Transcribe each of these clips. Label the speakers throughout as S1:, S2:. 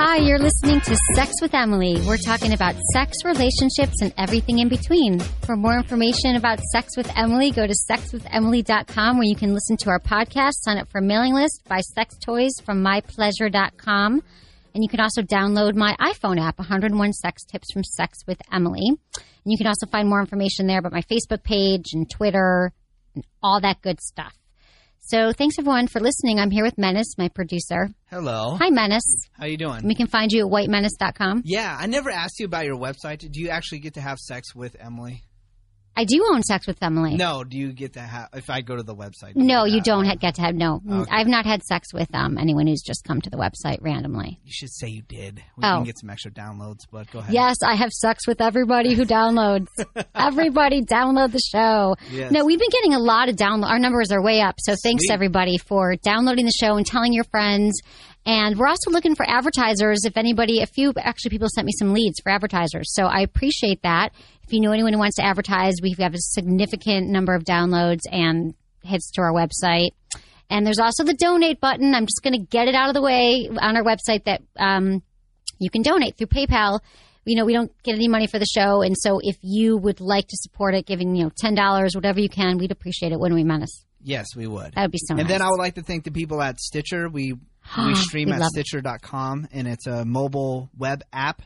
S1: Hi, you're listening to Sex with Emily. We're talking about sex, relationships, and everything in between. For more information about Sex with Emily, go to sexwithemily.com where you can listen to our podcast, sign up for a mailing list, buy sex toys from mypleasure.com, and you can also download my iPhone app, 101 Sex Tips from Sex with Emily. And you can also find more information there about my Facebook page and Twitter and all that good stuff. So thanks everyone for listening. I'm here with Menace, my producer.
S2: Hello.
S1: Hi, Menace.
S2: How you doing?
S1: We can find you at whitemenace.com.
S2: yeah, I never asked you about your website. Do you actually get to have sex with Emily?
S1: I do own sex with Emily.
S2: No, do you get to have if I go to the website? do
S1: No,
S2: get
S1: you
S2: that?
S1: don't ha- get to have. No,
S2: Okay.
S1: I've not had sex with um, anyone who's just come to the website randomly.
S2: You should say you did. We
S1: Oh.
S2: can get some extra downloads, but go ahead.
S1: Yes, I have sex with everybody who downloads. everybody download the show.
S2: Yes.
S1: No, we've been getting a lot of download. Our numbers are way up. So thanks
S2: Sweet.
S1: everybody for downloading the show and telling your friends. And we're also looking for advertisers. If anybody, a few actually people sent me some leads for advertisers. So I appreciate that. If you know anyone who wants to advertise, we have a significant number of downloads and hits to our website. And there's also the donate button. I'm just going to get it out of the way on our website that um, you can donate through PayPal. You know, we don't get any money for the show, and so if you would like to support it, giving you know ten dollars, whatever you can, we'd appreciate it. When we menace,
S2: Yes, we would.
S1: that would be so
S2: and
S1: nice.
S2: then I would like to thank the people at Stitcher. We we stream
S1: We
S2: at
S1: love it.
S2: Stitcher.com, and it's a mobile web app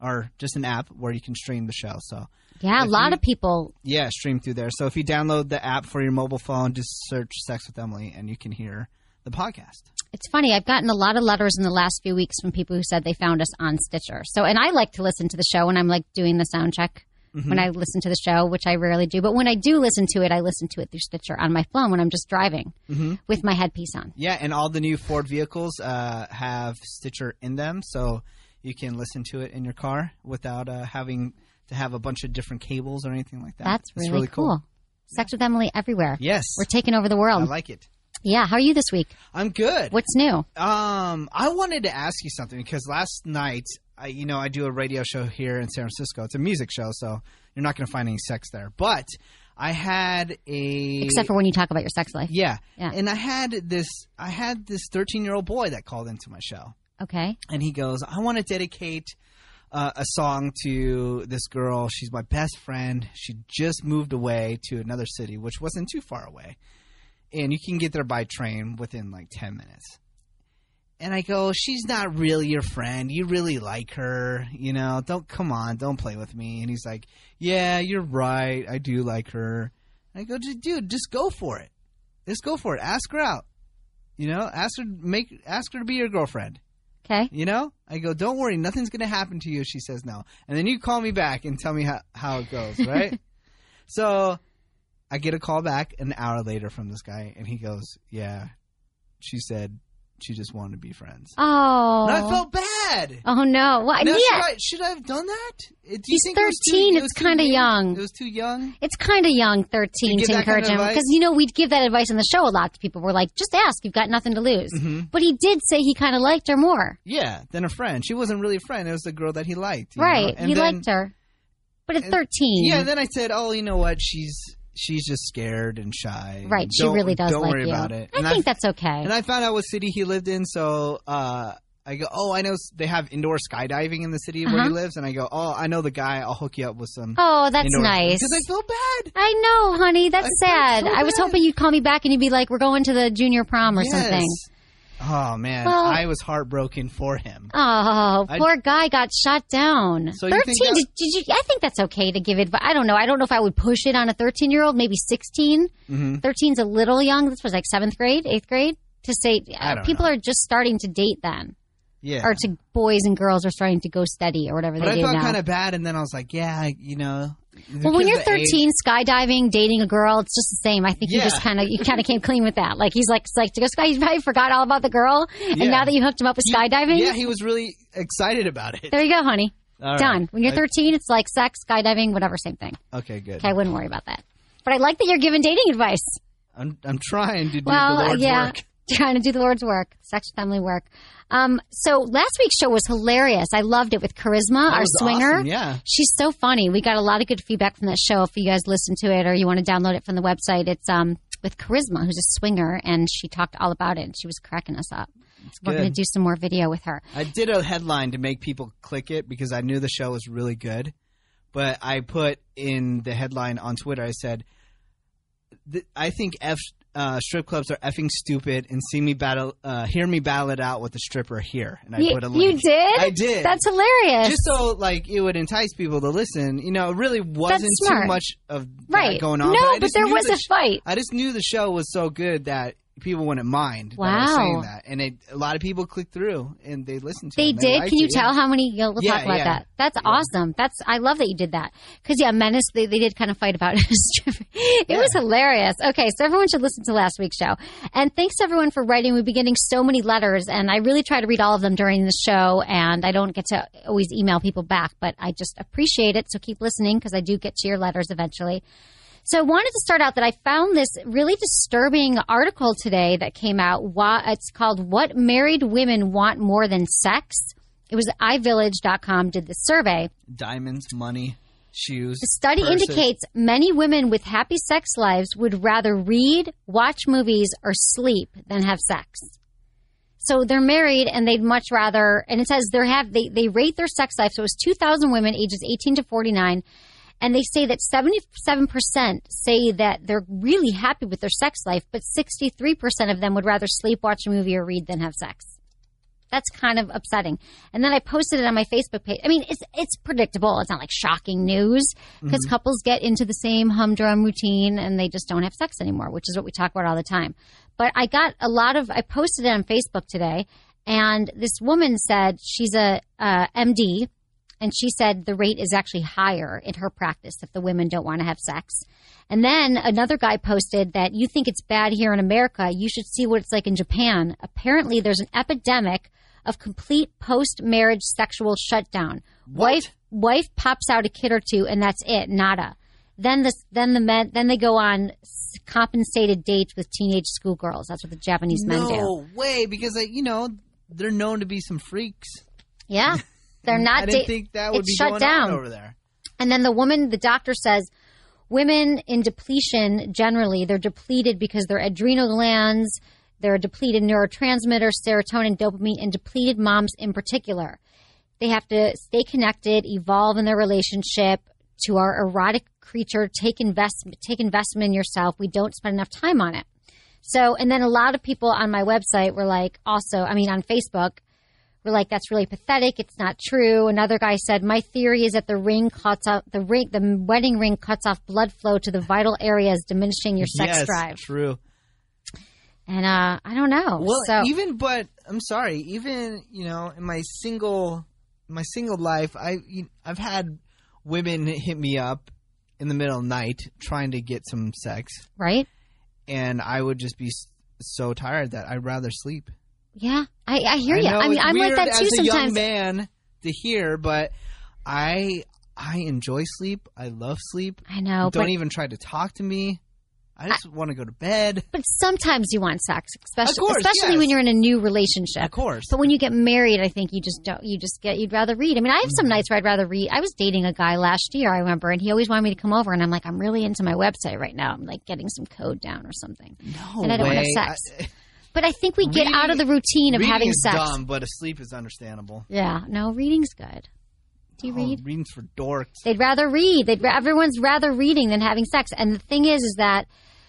S2: or just an app where you can stream the show. So
S1: yeah, a
S2: if
S1: lot
S2: you-
S1: of people.
S2: yeah, stream through there. So if you download the app for your mobile phone, just search "Sex with Emily" and you can hear the podcast.
S1: It's funny. I've gotten a lot of letters in the last few weeks from people who said they found us on Stitcher. So, and I like to listen to the show when I'm like doing the sound check.
S2: Mm-hmm.
S1: When I listen to the show, which I rarely do, but when I do listen to it, I listen to it through Stitcher on my phone when I'm just driving
S2: Mm-hmm.
S1: with my headpiece on.
S2: Yeah, and all the new Ford vehicles uh, have Stitcher in them, so you can listen to it in your car without uh, having to have a bunch of different cables or anything like that.
S1: That's
S2: It's
S1: really, cool. Sex with Emily everywhere.
S2: Yes,
S1: We're taking over the world.
S2: I like it.
S1: yeah. How are you this week?
S2: I'm good.
S1: What's new?
S2: Um, I wanted to ask you something because last night, I, you know, I do a radio show here in San Francisco. It's a music show, so you're not going to find any sex there. But I had a
S1: Except for when you talk about your sex life.
S2: yeah,
S1: Yeah.
S2: and I had this, I had this 13 year old boy that called into my show.
S1: Okay.
S2: and he goes, "I want to dedicate uh, a song to this girl. She's my best friend. She just moved away to another city, which wasn't too far away, and you can get there by train within like ten minutes." And I go, "She's not really your friend. You really like her, you know? Don't come on, don't play with me." And he's like, "Yeah, you're right. I do like her." And I go, "Dude, "Dude, just go for it. Just go for it. Ask her out." You know, ask her make ask her to be your girlfriend.
S1: Okay.
S2: You know? I go, don't worry, nothing's going to happen to you. She says no. And then you call me back and tell me how, how it goes, right? so I get a call back an hour later from this guy, and he goes, yeah. She said, She just wanted to be friends.
S1: Oh.
S2: And I felt bad.
S1: Oh no! Well,
S2: Now,
S1: yeah,
S2: should, I, should I have done that? Uh, Do you
S1: He's
S2: think it was too-
S1: 13,
S2: it
S1: it's
S2: was too
S1: kinda
S2: young?
S1: young.
S2: It was too young.
S1: it's kind of young,
S2: You
S1: thirteen,
S2: give
S1: to
S2: that kind
S1: encourage
S2: of
S1: him
S2: advice?
S1: because you know we'd give that advice on the show a lot to people. We're like, just ask, you've got nothing to lose.
S2: Mm-hmm.
S1: But he did say he kind of liked her more,
S2: Yeah, than a friend. She wasn't really a friend. It was the girl that he liked. you know?
S1: right?
S2: And
S1: He
S2: then-
S1: liked her, but at
S2: and-
S1: thirteen,
S2: Yeah, then I said, "Oh, you know what? She's she's just scared and shy.
S1: right? She
S2: Don't-
S1: really does
S2: Don't
S1: like
S2: worry
S1: you.
S2: about it."
S1: I
S2: And
S1: think that's okay.
S2: And I found out what city he lived in, so uh, I go, "Oh, I know s- they have indoor skydiving in the city where he
S1: Uh-huh.
S2: lives." And I go, "Oh, I know the guy. I'll hook you up with some."
S1: oh, that's
S2: indoor-
S1: nice.
S2: 'Cause I feel bad.
S1: I know, honey. That's
S2: I
S1: sad.
S2: felt so
S1: I was
S2: bad.
S1: hoping you'd call me back and you'd be like, "We're going to the junior prom or
S2: Yes.
S1: something."
S2: Oh man,
S1: Well-
S2: I was heartbroken for him.
S1: Oh,
S2: I-
S1: poor guy got shot down.
S2: So you
S1: thirteen?
S2: think that-
S1: did, did you? I think that's okay to give advice. I don't know. I don't know if I would push it on a thirteen-year-old. Maybe sixteen.
S2: Mhm.
S1: Thirteen's a little young. This was like seventh grade, eighth grade. To say
S2: I
S1: uh,
S2: don't
S1: people
S2: know.
S1: are just starting to date then,
S2: Yeah.
S1: or to boys and girls are starting to go steady or whatever
S2: but
S1: they
S2: I
S1: do
S2: felt
S1: now.
S2: kind of bad, and then I was like, "Yeah, I- you know."
S1: well, when
S2: because
S1: you're
S2: of the age-
S1: 13, skydiving, dating a girl, it's just the same. I think you
S2: Yeah.
S1: just kind of you kind of came clean with that. Like he's like it's like to go sky. He probably forgot all about the girl,
S2: Yeah.
S1: and now that you hooked him up with skydiving,
S2: Yeah, he was really excited about it.
S1: there you go, honey.
S2: All right.
S1: Done. When you're
S2: I-
S1: 13, it's like sex, skydiving, whatever, same thing.
S2: Okay, good.
S1: Okay, I wouldn't worry about that. But I like that you're giving dating advice.
S2: I'm I'm trying to do
S1: well,
S2: the Lord's
S1: yeah,
S2: work.
S1: trying to do the Lord's work, sex, family work. Um, so last week's show was hilarious. I loved it with Charisma,
S2: That
S1: our
S2: was
S1: swinger.
S2: awesome, yeah.
S1: she's so funny. We got a lot of good feedback from that show. If you guys listen to it or you want to download it from the website, it's um with Charisma, who's a swinger, and she talked all about it. And she was cracking us up. We're
S2: good.
S1: going to do some more video with her.
S2: I did a headline to make people click it because I knew the show was really good. But I put in the headline on Twitter, I said, "Th- I think F, uh, strip clubs are effing stupid and see me battle, uh, hear me battle it out with the stripper here. And I
S1: You,
S2: put a
S1: you
S2: link.
S1: did?
S2: I did.
S1: That's hilarious.
S2: Just so like it would entice people to listen, you know, it really wasn't too
S1: smart.
S2: much of that
S1: right
S2: going on.
S1: No,
S2: I
S1: but,
S2: just
S1: there
S2: knew
S1: was
S2: the
S1: a
S2: sh-
S1: fight.
S2: I just knew the show was so good that people wouldn't mind that I was
S1: Wow.
S2: saying that, and it, a lot of people clicked through and they listened to.
S1: They
S2: it and
S1: did.
S2: liked
S1: Can you
S2: it, yeah.
S1: tell how many? Yeah, we'll
S2: Yeah,
S1: talk about
S2: yeah.
S1: that. That's awesome. That's I love that you did that because yeah, menace. They, they did kind of fight about it. it was hilarious. Okay, so everyone should listen to last week's show. And thanks everyone for writing. We've been getting so many letters, and I really try to read all of them during the show. And I don't get to always email people back, but I just appreciate it. So keep listening because I do get to your letters eventually. So I wanted to start out that I found this really disturbing article today that came out. Why- It's called What Married Women Want More Than Sex. It was iVillage.com did this survey.
S2: diamonds, money, shoes.
S1: The study
S2: purses.
S1: indicates many women with happy sex lives would rather read, watch movies, or sleep than have sex. So they're married and they'd much rather, and it says they have, they, they rate their sex life. So it was 2,000 women ages 18 to 49. And they say that 77% say that they're really happy with their sex life, but 63% of them would rather sleep, watch a movie, or read than have sex that's kind of upsetting. And then I posted it on my Facebook page. I mean, it's it's predictable. It's not like shocking news because couples get into the same humdrum routine and they just don't have sex anymore, which is what we talk about all the time. But I got a lot of I posted it on Facebook today, and this woman said she's a uh, MD, and she said the rate is actually higher in her practice if the women don't want to have sex. And then another guy posted that you think it's bad here in America. You should see what it's like in Japan. Apparently, there's an epidemic of complete post marriage sexual shutdown. Wife wife pops out a kid or two, and that's it. Nada. Then this then the men then they go on s- compensated dates with teenage schoolgirls. That's what the Japanese men do.
S2: No way, because like, you know they're known to be some freaks.
S1: Yeah, they're not.
S2: I didn't
S1: da-
S2: think that would
S1: it's
S2: be
S1: shut
S2: going
S1: down.
S2: on over there.
S1: And then the woman, the doctor says, women in depletion generally, they're depleted because their adrenal glands, their depleted neurotransmitters, serotonin, dopamine, and depleted moms in particular. They have to stay connected, evolve in their relationship to our erotic creature. Take invest, take investment in yourself. We don't spend enough time on it. So, and then a lot of people on my website were like, also, I mean, on Facebook, were like, "That's really pathetic. It's not true." Another guy said, "My theory is that the ring cuts off the ring, the wedding ring cuts off blood flow to the vital areas, diminishing your sex
S2: yes,
S1: drive."
S2: true.
S1: And uh, I don't know.
S2: Well,
S1: so
S2: even but I'm sorry, even you know in my single my single life, I I've had women hit me up in the middle of the night trying to get some sex,
S1: right,
S2: and I would just be s- so tired that I'd rather sleep.
S1: Yeah, I, I hear you.
S2: know
S1: I mean,
S2: it's
S1: I'm like
S2: weird
S1: that too
S2: as a young
S1: sometimes.
S2: man to hear, but I I enjoy sleep. I love sleep.
S1: I know,
S2: Don't
S1: Oh, but,
S2: even try to talk to me. I just want to go to bed.
S1: but sometimes you want sex, especially
S2: course,
S1: especially
S2: yes.
S1: when you're in a new relationship.
S2: Of course.
S1: But when you get married, I think you just don't. You just get. You'd rather read. I mean, I have
S2: Mm-hmm.
S1: some nights where I'd rather read. I was dating a guy last year, I remember, and he always wanted me to come over, and I'm like, I'm really into my website right now. I'm like getting some code down or something.
S2: No
S1: and I don't wanna
S2: way.
S1: have sex.
S2: I-
S1: But I think we get
S2: Reading-
S1: out of the routine of
S2: reading
S1: having
S2: is
S1: sex.
S2: dumb, but sleep is understandable.
S1: Yeah, no, reading's good. Do you
S2: Oh,
S1: read?
S2: reading's for dorks.
S1: They'd rather read. They'd everyone's rather reading than having sex. And the thing is, is that,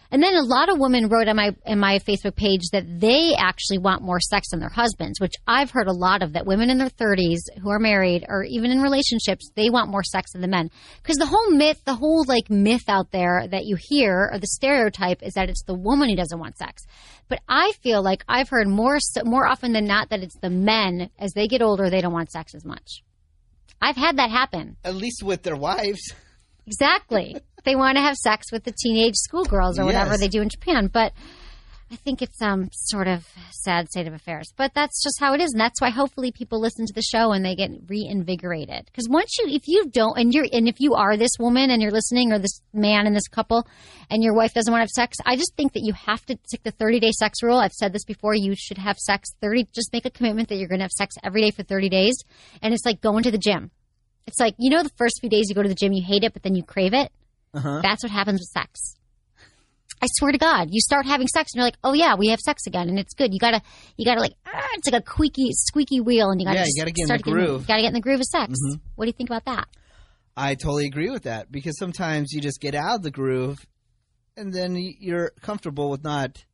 S1: and then a lot of women wrote on my in my Facebook page that they actually want more sex than their husbands, which I've heard a lot of. That women in their thirties who are married or even in relationships, they want more sex than the men because the whole myth, the whole like myth out there that you hear or the stereotype is that it's the woman who doesn't want sex. But I feel like I've heard more more often than not that it's the men as they get older they don't want sex as much. I've had that happen.
S2: At least with their wives.
S1: Exactly. they want to have sex with the teenage schoolgirls or whatever
S2: Yes.
S1: they do in Japan. But I think it's um sort of sad state of affairs. But that's just how it is, and that's why hopefully people listen to the show and they get reinvigorated. Because once you, if you don't, and you're, and if you are this woman and you're listening, or this man and this couple, and your wife doesn't want to have sex, I just think that you have to stick the 30 day sex rule. I've said this before. You should have sex 30. Just make a commitment that you're going to have sex every day for 30 days, and it's like going to the gym. It's like you know the first few days you go to the gym, you hate it, but then you crave it. That's what happens with sex. I swear to God, you start having sex and you're like, oh yeah, we have sex again, and it's good. You gotta, you gotta like, ah, it's like a squeaky, squeaky wheel, and you gotta,
S2: Yeah, you
S1: just
S2: gotta get in
S1: start
S2: the
S1: getting-
S2: groove. Mm-hmm.
S1: gotta get in the groove of sex. What do you think about that?
S2: I totally agree with that because sometimes you just get out of the groove and then y- you're comfortable with not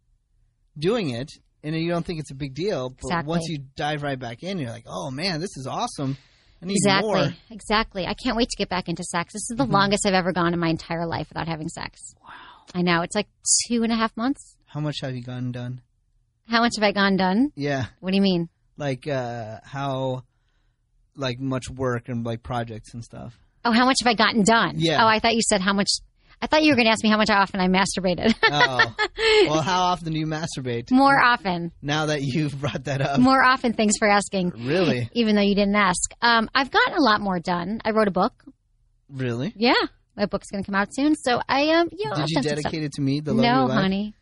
S2: doing it and you don't think it's a big deal. But
S1: Exactly.
S2: once you dive right back in, you're like, oh man, this is awesome. I need
S1: Exactly,
S2: more. Mm-hmm.
S1: exactly. I can't wait to get back into sex. This is the longest I've ever gone in my entire life without having sex. Wow. I know it's like two and a half months.
S2: How much have you gotten done?
S1: How much have I gone done?
S2: Yeah.
S1: What do you mean?
S2: Like, uh, how, like, much work and like projects and stuff.
S1: Oh, how much have I gotten done?
S2: Yeah.
S1: Oh, I thought you said how much. I thought you were going to ask me how much often I masturbated.
S2: Oh. well, how often do you masturbate
S1: More often.
S2: now that you've brought that up?
S1: More often. Thanks for asking.
S2: Really?
S1: Even though you didn't ask. Um, I've gotten a lot more done. I wrote a book.
S2: Really?
S1: Yeah. My book's going to come out soon. So I um, you know, I've
S2: Did you
S1: done some stuff.
S2: dedicate it to me, the love of
S1: No,
S2: your life?
S1: honey.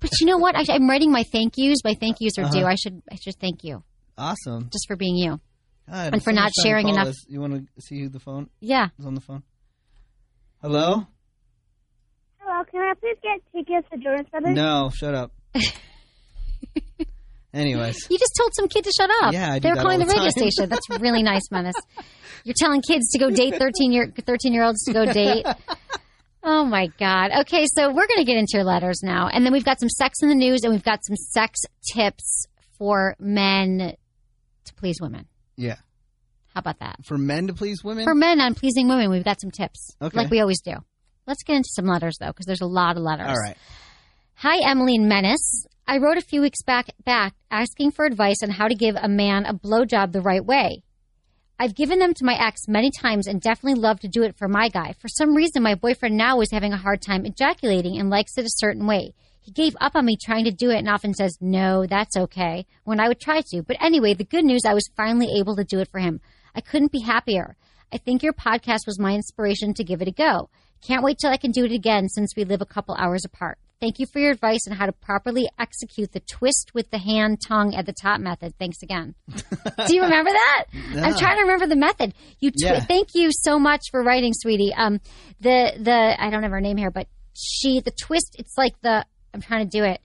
S1: But you know what? I, I'm writing my thank yous. My thank yous are
S2: Uh-huh.
S1: due. I should I should thank you
S2: Awesome.
S1: just for being you.
S2: God,
S1: And
S2: if
S1: for not
S2: someone's trying to
S1: sharing
S2: call
S1: enough-
S2: us- you want to see who the phone
S1: Yeah.
S2: is on the phone? Hello?
S3: Hello, can I please get tickets to Jordan Brothers?
S2: No, shut up. Anyways,
S1: You just told some kid to shut up.
S2: Yeah, I do
S1: they were
S2: that
S1: calling
S2: all
S1: the
S2: the
S1: radio
S2: time.
S1: station. That's really nice, Menace. You're telling kids to go date thirteen year thirteen year olds to go date. Oh my God. Okay, so we're going to get into your letters now, and then we've got some sex in the news, and we've got some sex tips for men to please women.
S2: yeah.
S1: How about that?
S2: For men to please women?
S1: For men on pleasing women, we've got some tips,
S2: Okay.
S1: like we always do. Let's get into some letters though, because there's a lot of letters.
S2: All right.
S1: Hi, Emily and Menace. I wrote a few weeks back back asking for advice on how to give a man a blowjob the right way. I've given them to my ex many times and definitely love to do it for my guy. For some reason, my boyfriend now is having a hard time ejaculating and likes it a certain way. He gave up on me trying to do it and often says, No, that's okay, when I would try to. But anyway, the good news I was finally able to do it for him. I couldn't be happier. I think your podcast was my inspiration to give it a go. Can't wait till I can do it again since we live a couple hours apart. Thank you for your advice on how to properly execute the twist with the hand tongue at the top method. Thanks again. Do you remember that? I'm trying to remember the method. You twi-
S2: Yeah.
S1: thank you so much for writing, sweetie. Um, the the I don't have her name here, but she the twist. It's like the I'm trying to do it.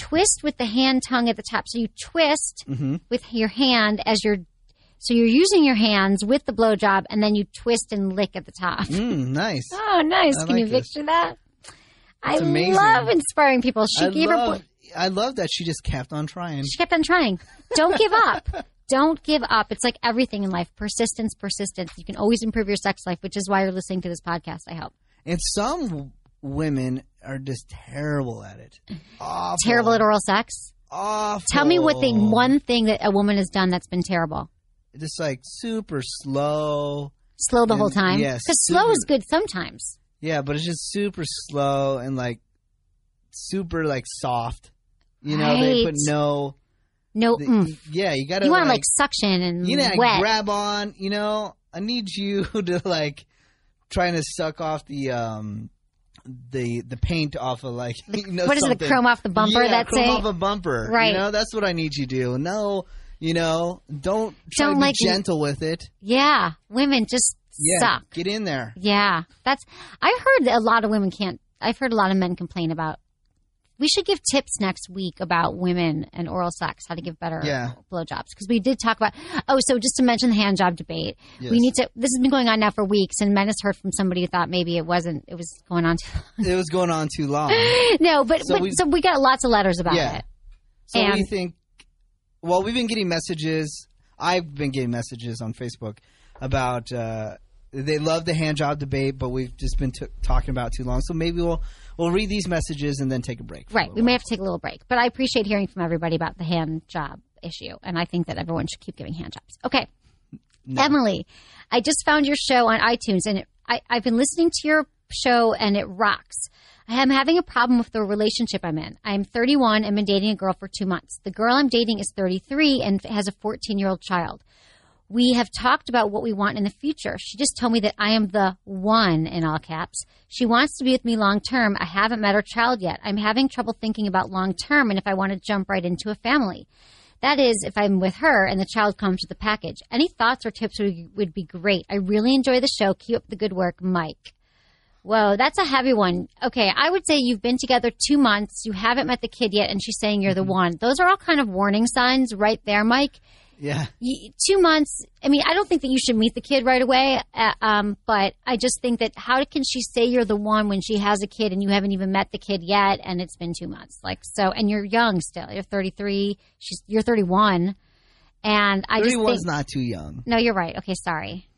S1: Twist with the hand tongue at the top. So you twist
S2: Mm-hmm.
S1: with your hand as you're. So you're using your hands with the blowjob, and then you twist and lick at the top.
S2: Mm, nice.
S1: Oh, nice!
S2: I
S1: Can you
S2: like this.
S1: picture that? I
S2: amazing.
S1: love inspiring people. She
S2: I
S1: gave her.
S2: love, I love that she just kept on trying.
S1: She kept on trying. Don't give up. Don't give up. It's like everything in life persistence, persistence. You can always improve your sex life, which is why you're listening to this podcast, I hope.
S2: And some w- women are just terrible at it. Awful.
S1: Terrible at oral sex.
S2: Awful.
S1: Tell me what
S2: Oh.
S1: the one thing that a woman has done that's been terrible.
S2: Just like super slow.
S1: Slow the whole
S2: And-
S1: time.
S2: Mm, yes,
S1: Because slow is
S2: super-
S1: good sometimes.
S2: Yeah, but it's just super slow and like super like soft. You know, they
S1: Right.
S2: put no
S1: No,
S2: The-
S1: oomph.
S2: Yeah, you gotta.
S1: you want to like suction and
S2: you know,
S1: wet.
S2: grab on. You know, I need you to like trying to suck off the um the the paint off of like you know
S1: what is it, the
S2: something.
S1: chrome off the bumper,
S2: Yeah,
S1: that's
S2: chrome
S1: it?
S2: off a bumper.
S1: Right.
S2: You know, that's what I need you to do. No, you know, don't try
S1: Don't
S2: to be
S1: like-
S2: gentle with it.
S1: yeah, women just
S2: Yeah,
S1: suck.
S2: get in there.
S1: Yeah, that's. I heard that a lot of women can't. I've heard a lot of men complain about. We should give tips next week about women and oral sex, how to give better
S2: Yeah.
S1: blowjobs, because we did talk about. Oh, so just to mention the hand job debate,
S2: Yes.
S1: we need to. This has been going on now for weeks, and men has heard from somebody who thought maybe it wasn't. It was going on too long.
S2: It was going on too long.
S1: no, but
S2: So
S1: but,
S2: we-
S1: so we got lots of letters about
S2: Yeah.
S1: it.
S2: So what do you
S1: And-
S2: think? Well, we've been getting messages. I've been getting messages on Facebook about uh, they love the hand job debate, but we've just been t- talking about it too long. So maybe we'll we'll read these messages and then take a break. for a
S1: Right, we
S2: little
S1: may have to take a little break, but I appreciate hearing from everybody about the hand job issue, and I think that everyone should keep giving hand jobs. Okay. Emily, I just found your show on iTunes, and it, I, I've been listening to your show, and it rocks. I am having a problem with the relationship I'm in. I'm 31 and been dating a girl for two months. The girl I'm dating is 33 and has a 14 year old child. We have talked about what we want in the future. She just told me that I am the one in all caps. She wants to be with me long term. I haven't met her child yet. I'm having trouble thinking about long term and if I want to jump right into a family. That is, if I'm with her and the child comes with the package. Any thoughts or tips would, would be great. I really enjoy the show. Keep up the good work, Mike. Whoa, that's a heavy one. Okay, I would say you've been together two months, you haven't met the kid yet, and she's saying you're the one. Those are all kind of warning signs right there, Mike
S2: Yeah.
S1: y- two months. I mean, I don't think that you should meet the kid right away. Uh, um, but I just think that how can she say you're the one when she has a kid and you haven't even met the kid yet, and it's been two months? Like so, and you're young still. You're 33. She's you're 31, and I just
S2: 31's
S1: think.
S2: not too young.
S1: no, you're right. Okay, sorry.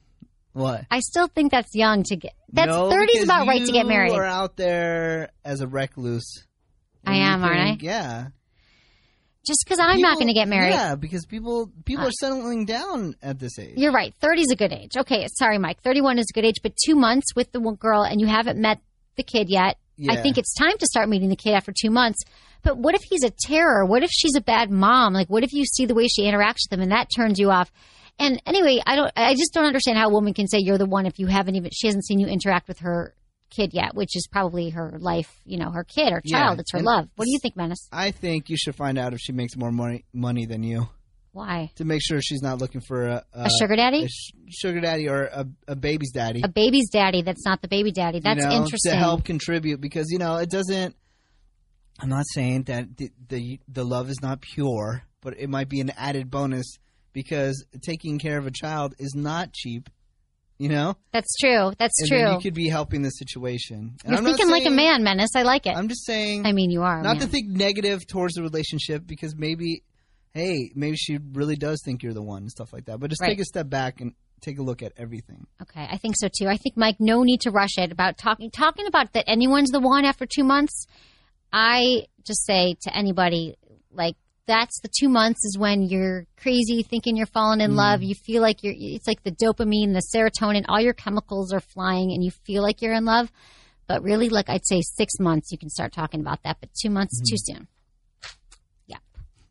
S2: What?
S1: I still think that's young to get. That's
S2: No,
S1: 30 is
S2: because
S1: about right to get
S2: you
S1: married.
S2: are out there as a recluse.
S1: I
S2: And you
S1: am, aren't
S2: think- Yeah.
S1: Just because I'm not
S2: People-
S1: going to get married. Uh,
S2: Yeah, because people people are settling down at this age.
S1: You're right. 30 is a good age. Okay, sorry, Mike. 31 is a good age, but two months with the one girl and you haven't met the kid yet. I
S2: Yeah.
S1: think it's time to start meeting the kid after two months. But what if he's a terror? What if she's a bad mom? Like, what if you see the way she interacts with them and that turns you off? And anyway, I don't. I just don't understand how a woman can say you're the one if you haven't even she hasn't seen you interact with her kid yet, which is probably her life. You know, her kid or
S2: Yeah,
S1: child. It's her
S2: and-
S1: love. What do you think, Menace?
S2: I think you should find out if she makes more money money than you.
S1: Why
S2: to make sure she's not looking for a,
S1: a sugar daddy?
S2: a sh- sugar daddy or a, a baby's daddy.
S1: a baby's daddy that's not the baby daddy. That's
S2: you know,
S1: interesting.
S2: to help contribute because you know it doesn't. I'm not saying that the, the the love is not pure, but it might be an added bonus because taking care of a child is not cheap. You know,
S1: That's true. That's
S2: and
S1: true.
S2: then you could be helping the situation. And
S1: You're
S2: I'm not
S1: thinking like a
S2: saying-
S1: man, Menace. I like it.
S2: I'm just saying.
S1: i mean, you are. a
S2: not to
S1: man.
S2: think negative towards the relationship because maybe hey maybe she really does think you're the one and stuff like that but just
S1: Right.
S2: take a step back and take a look at everything
S1: okay, I think so too. I think Mike, no need to rush it about talking talking about that anyone's the one after two months. I just say to anybody like that's the two months is when you're crazy thinking you're falling in love. You feel like you're. It's like the dopamine, the serotonin, all your chemicals are flying, and you feel like you're in love. But really, like I'd say, six months you can start talking about that. But two months is too soon. Yep.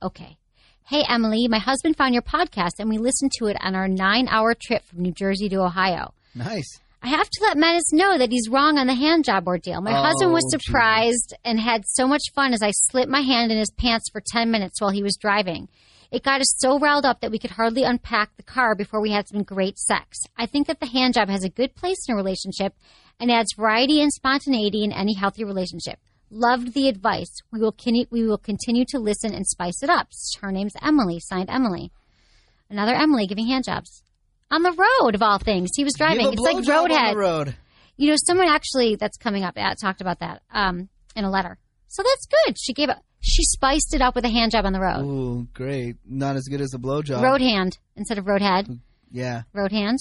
S1: Okay. Hey, Emily, my husband found your podcast and we listened to it on our nine hour trip from New Jersey to Ohio.
S2: nice
S1: I have to let Menace know that he's wrong on the hand job ordeal. My
S2: Oh,
S1: husband was surprised and had so much fun as I slipped my hand in his pants for 10 minutes while he was driving. It got us so riled up that we could hardly unpack the car before we had some great sex. I think that the hand job has a good place in a relationship and adds variety and spontaneity in any healthy relationship. Loved the advice. We will, con- we will continue to listen and spice it up. Her name's Emily, signed Emily. Another Emily giving hand jobs. On the road, of all things. He was driving.
S2: Give a
S1: It's like
S2: blowjob on
S1: Roadhead
S2: the road
S1: you know, someone actually that's coming up uh, talked about that um, in a letter. So that's good. She gave a she spiced it up with a hand job on the road,
S2: Ooh, great not as good as a blowjob
S1: road hand instead of road head,
S2: yeah
S1: road hand.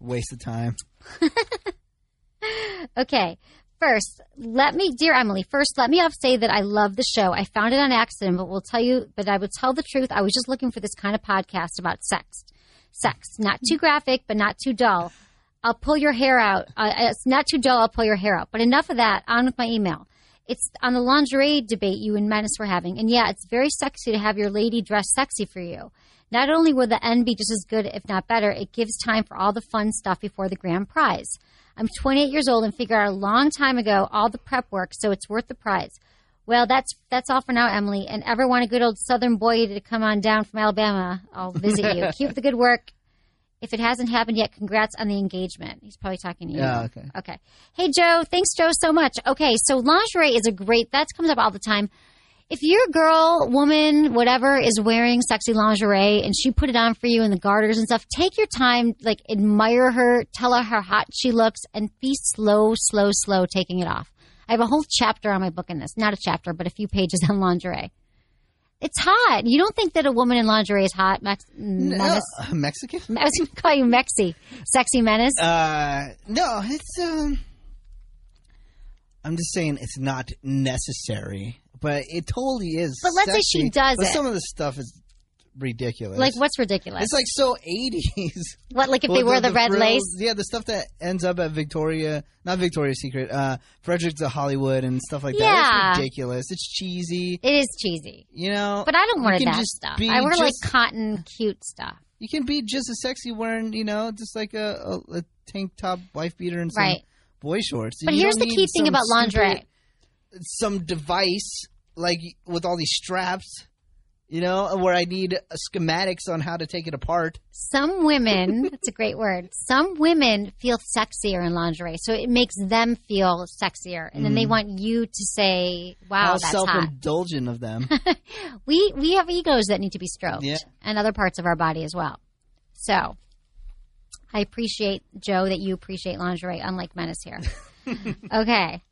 S2: waste of time
S1: Okay. First, let me, dear Emily, first let me off say that I love the show. I found it on accident, but will tell you, but I will tell the truth. I was just looking for this kind of podcast about sex. Sex. Not too graphic, but not too dull. uh, I'll pull your hair out. Uh, it's not too dull. I'll pull your hair out. But enough of that. On with my email. It's on the lingerie debate you and Menace were having. And yeah, it's very sexy to have your lady dress sexy for you. Not only will the end be just as good, if not better, it gives time for all the fun stuff before the grand prize. I'm 28 years old and figured out a long time ago all the prep work, so it's worth the prize. Well, that's that's all for now, Emily. And ever want a good old Southern boy to come on down from Alabama? I'll visit you. Keep up the good work. If it hasn't happened yet, congrats on the engagement. He's probably talking to you.
S2: Yeah, okay.
S1: Okay. Hey, Joe. Thanks, Joe, so much. Okay, so lingerie is a great. That comes up all the time. If your girl, woman, whatever is wearing sexy lingerie and she put it on for you in the garters and stuff, take your time, like admire her, tell her how hot she looks, and be slow, slow, slow taking it off. I have a whole chapter on my book in this. Not a chapter, but a few pages on lingerie. It's hot. You don't think that a woman in lingerie is hot, Max? Menace?
S2: Uh, Mexican?
S1: I was going to call you Mexi, sexy menace.
S2: Uh, no, it's um. I'm just saying it's not necessary, but it totally is.
S1: But let's say she
S2: sexy,
S1: does
S2: but
S1: it.
S2: Some of the stuff is ridiculous.
S1: like what's ridiculous?
S2: It's like so 80s.
S1: what? Like if
S2: Well,
S1: they wear the, red
S2: frills-
S1: lace?
S2: Yeah, the stuff that ends up at Victoria, not Victoria's Secret, uh, Frederick's of Hollywood and stuff like that.
S1: Yeah.
S2: It's ridiculous. It's cheesy.
S1: It is cheesy,
S2: You know,
S1: but I don't
S2: You
S1: wear
S2: can
S1: that
S2: just
S1: stuff.
S2: be
S1: I wear
S2: just-
S1: like cotton, cute stuff.
S2: you can be just as sexy wearing, you know, just like a, a, a tank top, wife beater, and some
S1: Right.
S2: boy shorts.
S1: But
S2: You
S1: here's
S2: don't
S1: the
S2: need
S1: key thing
S2: some
S1: about lingerie.
S2: stupid- some device like with all these straps, you know, where I need uh, schematics on how to take it apart.
S1: Some women, that's a great word. Some women feel sexier in lingerie, so it makes them feel sexier, and
S2: Mm.
S1: then they want you to say, "Wow,
S2: How
S1: Oh, that's hot."
S2: self-indulgent of them.
S1: we we have egos that need to be stroked
S2: Yeah.
S1: and other parts of our body as well. So I appreciate Joe that you appreciate lingerie, unlike Menace here. okay.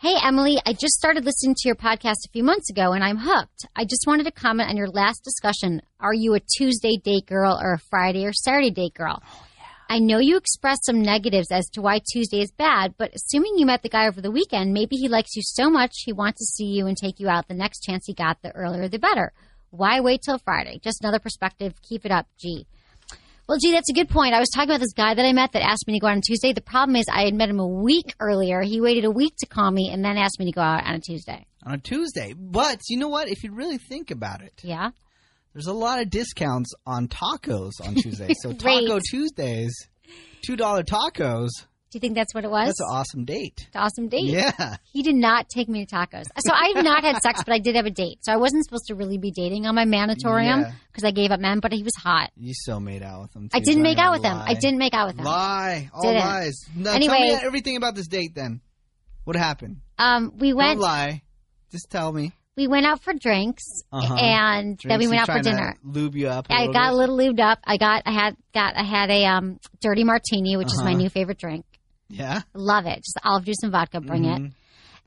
S1: Hey Emily, I just started listening to your podcast a few months ago and I'm hooked. I just wanted to comment on your last discussion. Are you a Tuesday date girl or a Friday or Saturday date girl? I know you expressed some negatives as to why Tuesday is bad, but assuming you met the guy over the weekend, maybe he likes you so much he wants to see you and take you out the next chance he got, the earlier the better. Why wait till Friday? Just another perspective. Keep it up, G. Well, gee, that's a good point. I was talking about this guy that I met that asked me to go out on Tuesday. The problem is I had met him a week earlier. He waited a week to call me and then asked me to go out on a Tuesday.
S2: on a Tuesday. But you know what? If you really think about it,
S1: Yeah?
S2: there's a lot of discounts on tacos on Tuesday. So
S1: Great.
S2: Taco Tuesdays, two dollar tacos.
S1: Do you think that's what it was?
S2: That's an awesome date.
S1: It's an awesome date.
S2: Yeah,
S1: He did not take me to tacos. So I have not had sex, but I did have a date. So I wasn't supposed to really be dating on my manatorium
S2: Yeah.
S1: because I gave up men, but he was hot.
S2: you so made out with them.
S1: I
S2: too.
S1: didn't
S2: Don't
S1: make
S2: even
S1: out with him. I
S2: lie.
S1: didn't make out with him.
S2: Lie, all
S1: Didn't.
S2: lies. No, tell
S1: Anyway-
S2: me everything about this date. Then, what happened?
S1: Um, we
S2: Don't
S1: went
S2: lie. Just tell me.
S1: we went out for drinks
S2: Uh-huh.
S1: and then we went
S2: Drinks and
S1: out for
S2: trying to
S1: dinner.
S2: Lube you up. I
S1: I got a little lubed up. I got I had got I had a um dirty martini, which is my
S2: Uh-huh.
S1: new favorite drink.
S2: Yeah.
S1: Love it. Just olive juice and vodka, bring it.
S2: Mhm.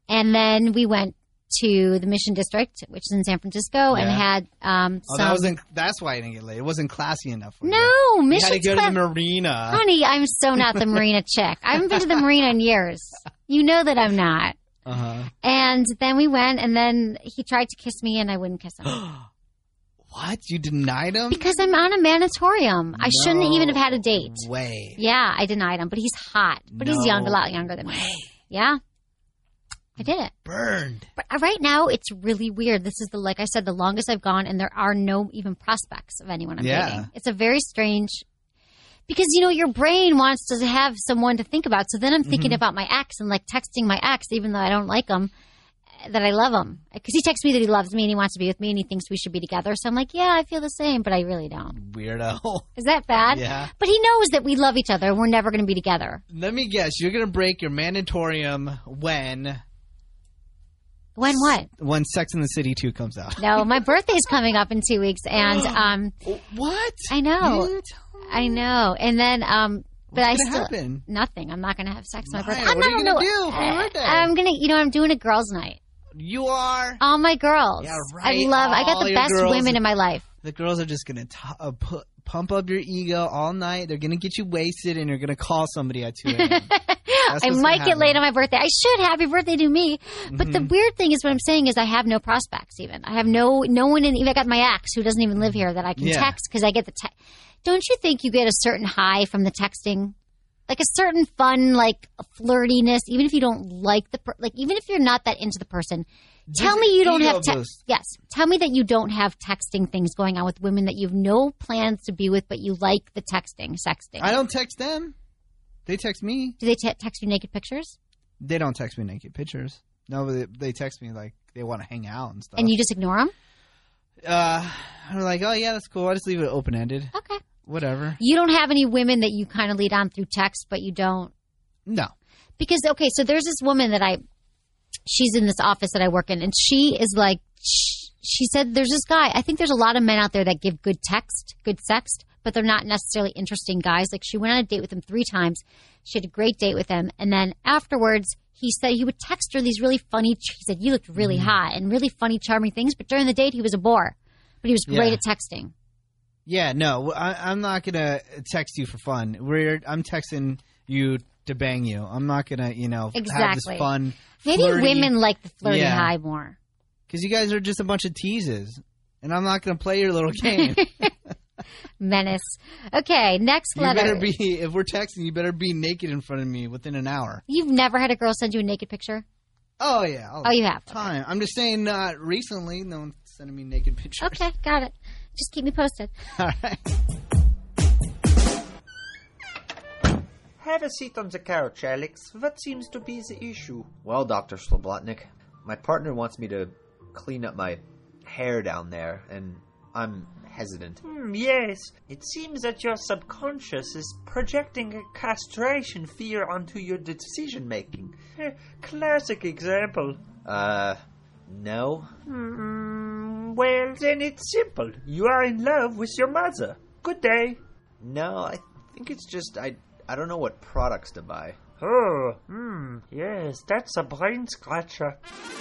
S1: And then we went to the Mission District, which is in San Francisco, and
S2: Yeah.
S1: had um
S2: Oh,
S1: some
S2: that wasn't. That's why I didn't get laid. It wasn't classy enough. For you.
S1: No,
S2: You had
S1: Mission
S2: to go to the marina.
S1: Honey, I'm so not the marina chick. I haven't been to the marina in years. You know that I'm not.
S2: Uh
S1: And then we went, and then he tried to kiss me, and I wouldn't kiss him
S2: huh. what? You denied him?
S1: because I'm on a manatorium. I shouldn't even have had a date.
S2: Way.
S1: Yeah, I denied him, but he's hot, but he's
S2: No
S1: young, a lot younger than me. Yeah, I did it.
S2: Burned.
S1: But uh, right now, it's really weird. This is the like I said, the longest I've gone, and there are no even prospects of anyone I'm
S2: Yeah.
S1: dating. It's a very strange because you know your brain wants to have someone to think about. So then I'm thinking
S2: Mm-hmm.
S1: about my ex and like texting my ex, even though I don't like him, eh, that I love him because he texts me that he loves me and he wants to be with me and he thinks we should be together. So I'm like, yeah, I feel the same, but I really don't.
S2: Weirdo.
S1: Is that bad?
S2: Yeah.
S1: But he knows that we love each other and we're never going to be together.
S2: Let me guess. You're gonna break your mandatorium when
S1: When what?
S2: when Sex in the City two comes out.
S1: No, my birthday's coming up in two weeks, and um,
S2: What?
S1: I know.
S2: You didn't tell me.
S1: I know. And then, um, but
S2: What's
S1: I
S2: gonna
S1: still
S2: happen?
S1: nothing. I'm not going to have sex on my
S2: Why?
S1: birthday.
S2: What
S1: I'm
S2: are
S1: not
S2: you gonna
S1: know-
S2: do for your birthday?
S1: I'm gonna, you know, I'm doing a girls' night.
S2: You are.
S1: All my girls.
S2: Yeah,
S1: I
S2: right.
S1: love. I got
S2: All
S1: the
S2: your
S1: best
S2: girls.
S1: women in my life.
S2: The girls are just gonna t- uh, pu- pump up your ego all night. They're gonna get you wasted, and you're gonna call somebody at two a.m.
S1: I
S2: what's
S1: might
S2: gonna
S1: get laid
S2: happen. Mm-hmm.
S1: on my birthday. I should. Happy birthday to me. But the weird thing is, what I'm saying is, I have no prospects. Even I have no no one in. Even I got my ex who doesn't even live here that I can
S2: Yeah.
S1: text because I get the text. Don't you think you get a certain high from the texting? like a certain fun, like flirtiness. Even if you don't like the, per- like even if you're not that into the person, tell me you don't
S2: ego
S1: have te-
S2: boost.
S1: yes. Tell me that you don't have texting things going on with women that you have no plans to be with, but you like the texting, sexting.
S2: I don't text them. They text me.
S1: Do they te- text you naked pictures
S2: They don't text me naked pictures. No, but they, they text me like they want to hang out and stuff.
S1: and you just ignore them?
S2: uh, I'm like, oh yeah, that's cool. I just leave it open ended.
S1: Okay.
S2: Whatever.
S1: You don't have any women that you kind of lead on through text, but you don't
S2: No.
S1: because okay, so there's this woman that I, she's in this office that I work in, and she is like, she, she said, there's this guy. I think there's a lot of men out there that give good text, good sext, but they're not necessarily interesting guys. Like she went on a date with him three times. She had a great date with him, and then afterwards. He said he would text her these really funny. He said you looked really
S2: Mm-hmm.
S1: hot and really funny, charming things. But during the date, he was a bore. But he was great
S2: Yeah.
S1: at texting.
S2: Yeah, no. I, I'm not gonna text you for fun. We're I'm texting you to bang you. I'm not gonna, you know, have this
S1: Exactly.
S2: fun.
S1: Maybe
S2: flirty-
S1: women like the flirty
S2: Yeah.
S1: high more.
S2: because you guys are just a bunch of teases, and I'm not gonna play your little game.
S1: Menace. Okay, next
S2: you
S1: letter.
S2: better be if we're texting. You better be naked in front of me within an hour.
S1: You've never had a girl send you a naked picture?
S2: Oh yeah. all
S1: Oh,
S2: the
S1: you have.
S2: Time. I'm just saying. Not recently. No one's sending me naked pictures.
S1: Okay, got it. Just keep me posted.
S2: All right.
S4: Have a seat on the couch, Alex. What seems to be the issue? Well, Dr. Slobotnik, my partner wants me to clean up my hair down there, and I'm hesitant.
S5: Hmm, yes, it seems that your subconscious is projecting a castration fear onto your decision making. Classic example.
S4: Uh, no?
S5: Hmm, well, then it's simple. You are in love with your mother. Good day.
S4: No, I think it's just I, I don't know what products to buy.
S5: Oh, hmm, yes, that's a brain scratcher.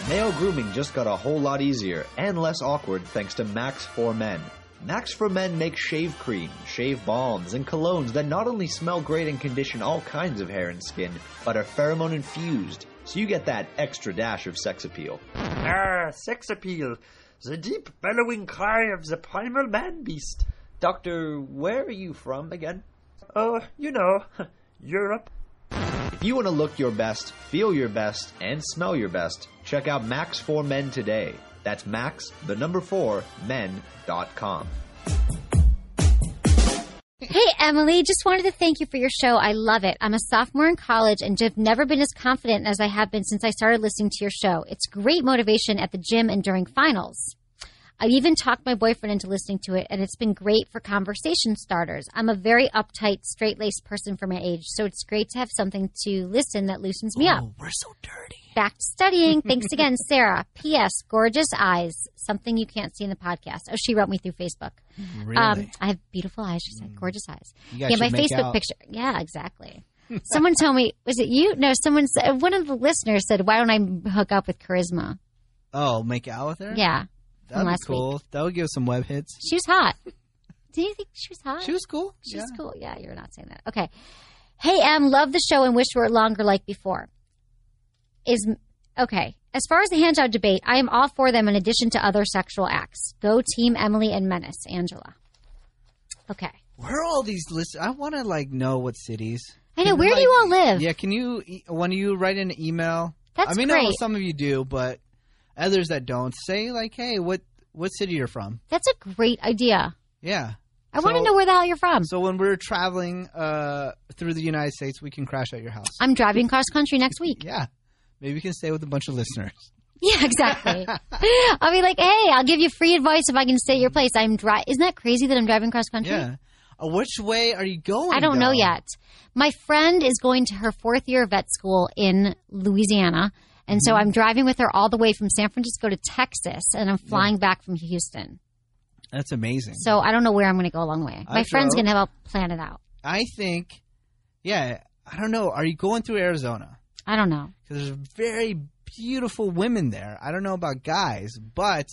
S4: Male grooming just got a whole lot easier and less awkward thanks to Max for Men. Max for Men makes shave cream, shave balms, and colognes that not only smell great and condition all kinds of hair and skin, but are pheromone infused, so you get that extra dash of sex appeal.
S5: Ah, sex appeal. The deep bellowing cry of the primal man beast.
S4: Doctor, where are you from again?
S5: Oh, you know, Europe.
S4: If you want to look your best, feel your best, and smell your best, check out Max for Men today. That's Max, the number four, men.com.
S1: Hey, Emily, just wanted to thank you for your show. I love it. I'm a sophomore in college and have never been as confident as I have been since I started listening to your show. It's great motivation at the gym and during finals. I even talked my boyfriend into listening to it, and it's been great for conversation starters. I'm a very uptight, straight laced person for my age, so it's great to have something to listen that loosens me up.
S2: Oh, We're so dirty.
S1: Back to studying. Thanks again, Sarah. P.S. Gorgeous eyes. Something you can't see in the podcast. Oh, she wrote me through Facebook.
S2: Really?
S1: I have beautiful eyes. She said, gorgeous eyes.
S2: You
S1: Um,
S2: guys
S1: Yeah, my
S2: should make
S1: Facebook
S2: out.
S1: picture. Yeah, exactly. Someone told me, was it you? No, someone said, one of the listeners said, why don't I hook up with Charisma?
S2: Oh, make out with her?
S1: Yeah. from
S2: That'd be
S1: last week.
S2: cool. That would give us some web hits.
S1: She was hot. Do you think she was hot?
S2: She was cool.
S1: She's cool. Yeah, you're not saying that. Okay. Hey, Em, love the show and wish we were longer like before. Is okay. As far as the hand job debate, I am all for them in addition to other sexual acts. Go team Emily and Menace, Angela. Okay.
S2: Where are all these lists? I want to like know what cities.
S1: I know.
S2: Can
S1: where do
S2: like-
S1: you all live?
S2: Yeah, can you e- when you write an email?
S1: That's
S2: I mean, I know
S1: great.
S2: some of you do, but others that don't say like, "Hey, what what city you're from?"
S1: That's a great idea.
S2: Yeah.
S1: I want to
S2: So-
S1: know where the hell you're from.
S2: So when we're traveling uh, through the United States, we can crash at your house.
S1: I'm driving cross country next week.
S2: yeah, maybe we can stay with a bunch of listeners.
S1: Yeah, exactly. I'll be like, hey, I'll give you free advice if I can stay at your place. I'm dri Isn't that crazy that I'm driving cross country?
S2: Yeah. Uh, which way are you going?
S1: I don't know
S2: though?
S1: yet. My friend is going to her fourth year of vet school in Louisiana. And
S2: Mm-hmm.
S1: so I'm driving with her all the way from San Francisco to Texas, and I'm flying back from Houston.
S2: That's amazing.
S1: So I don't know where I'm going to go along the way.
S2: I
S1: My friend's
S2: drove.
S1: going to help plan it out.
S2: I think, yeah, I don't know. Are you going through Arizona?
S1: I don't know.
S2: because there's very beautiful women there. I don't know about guys, but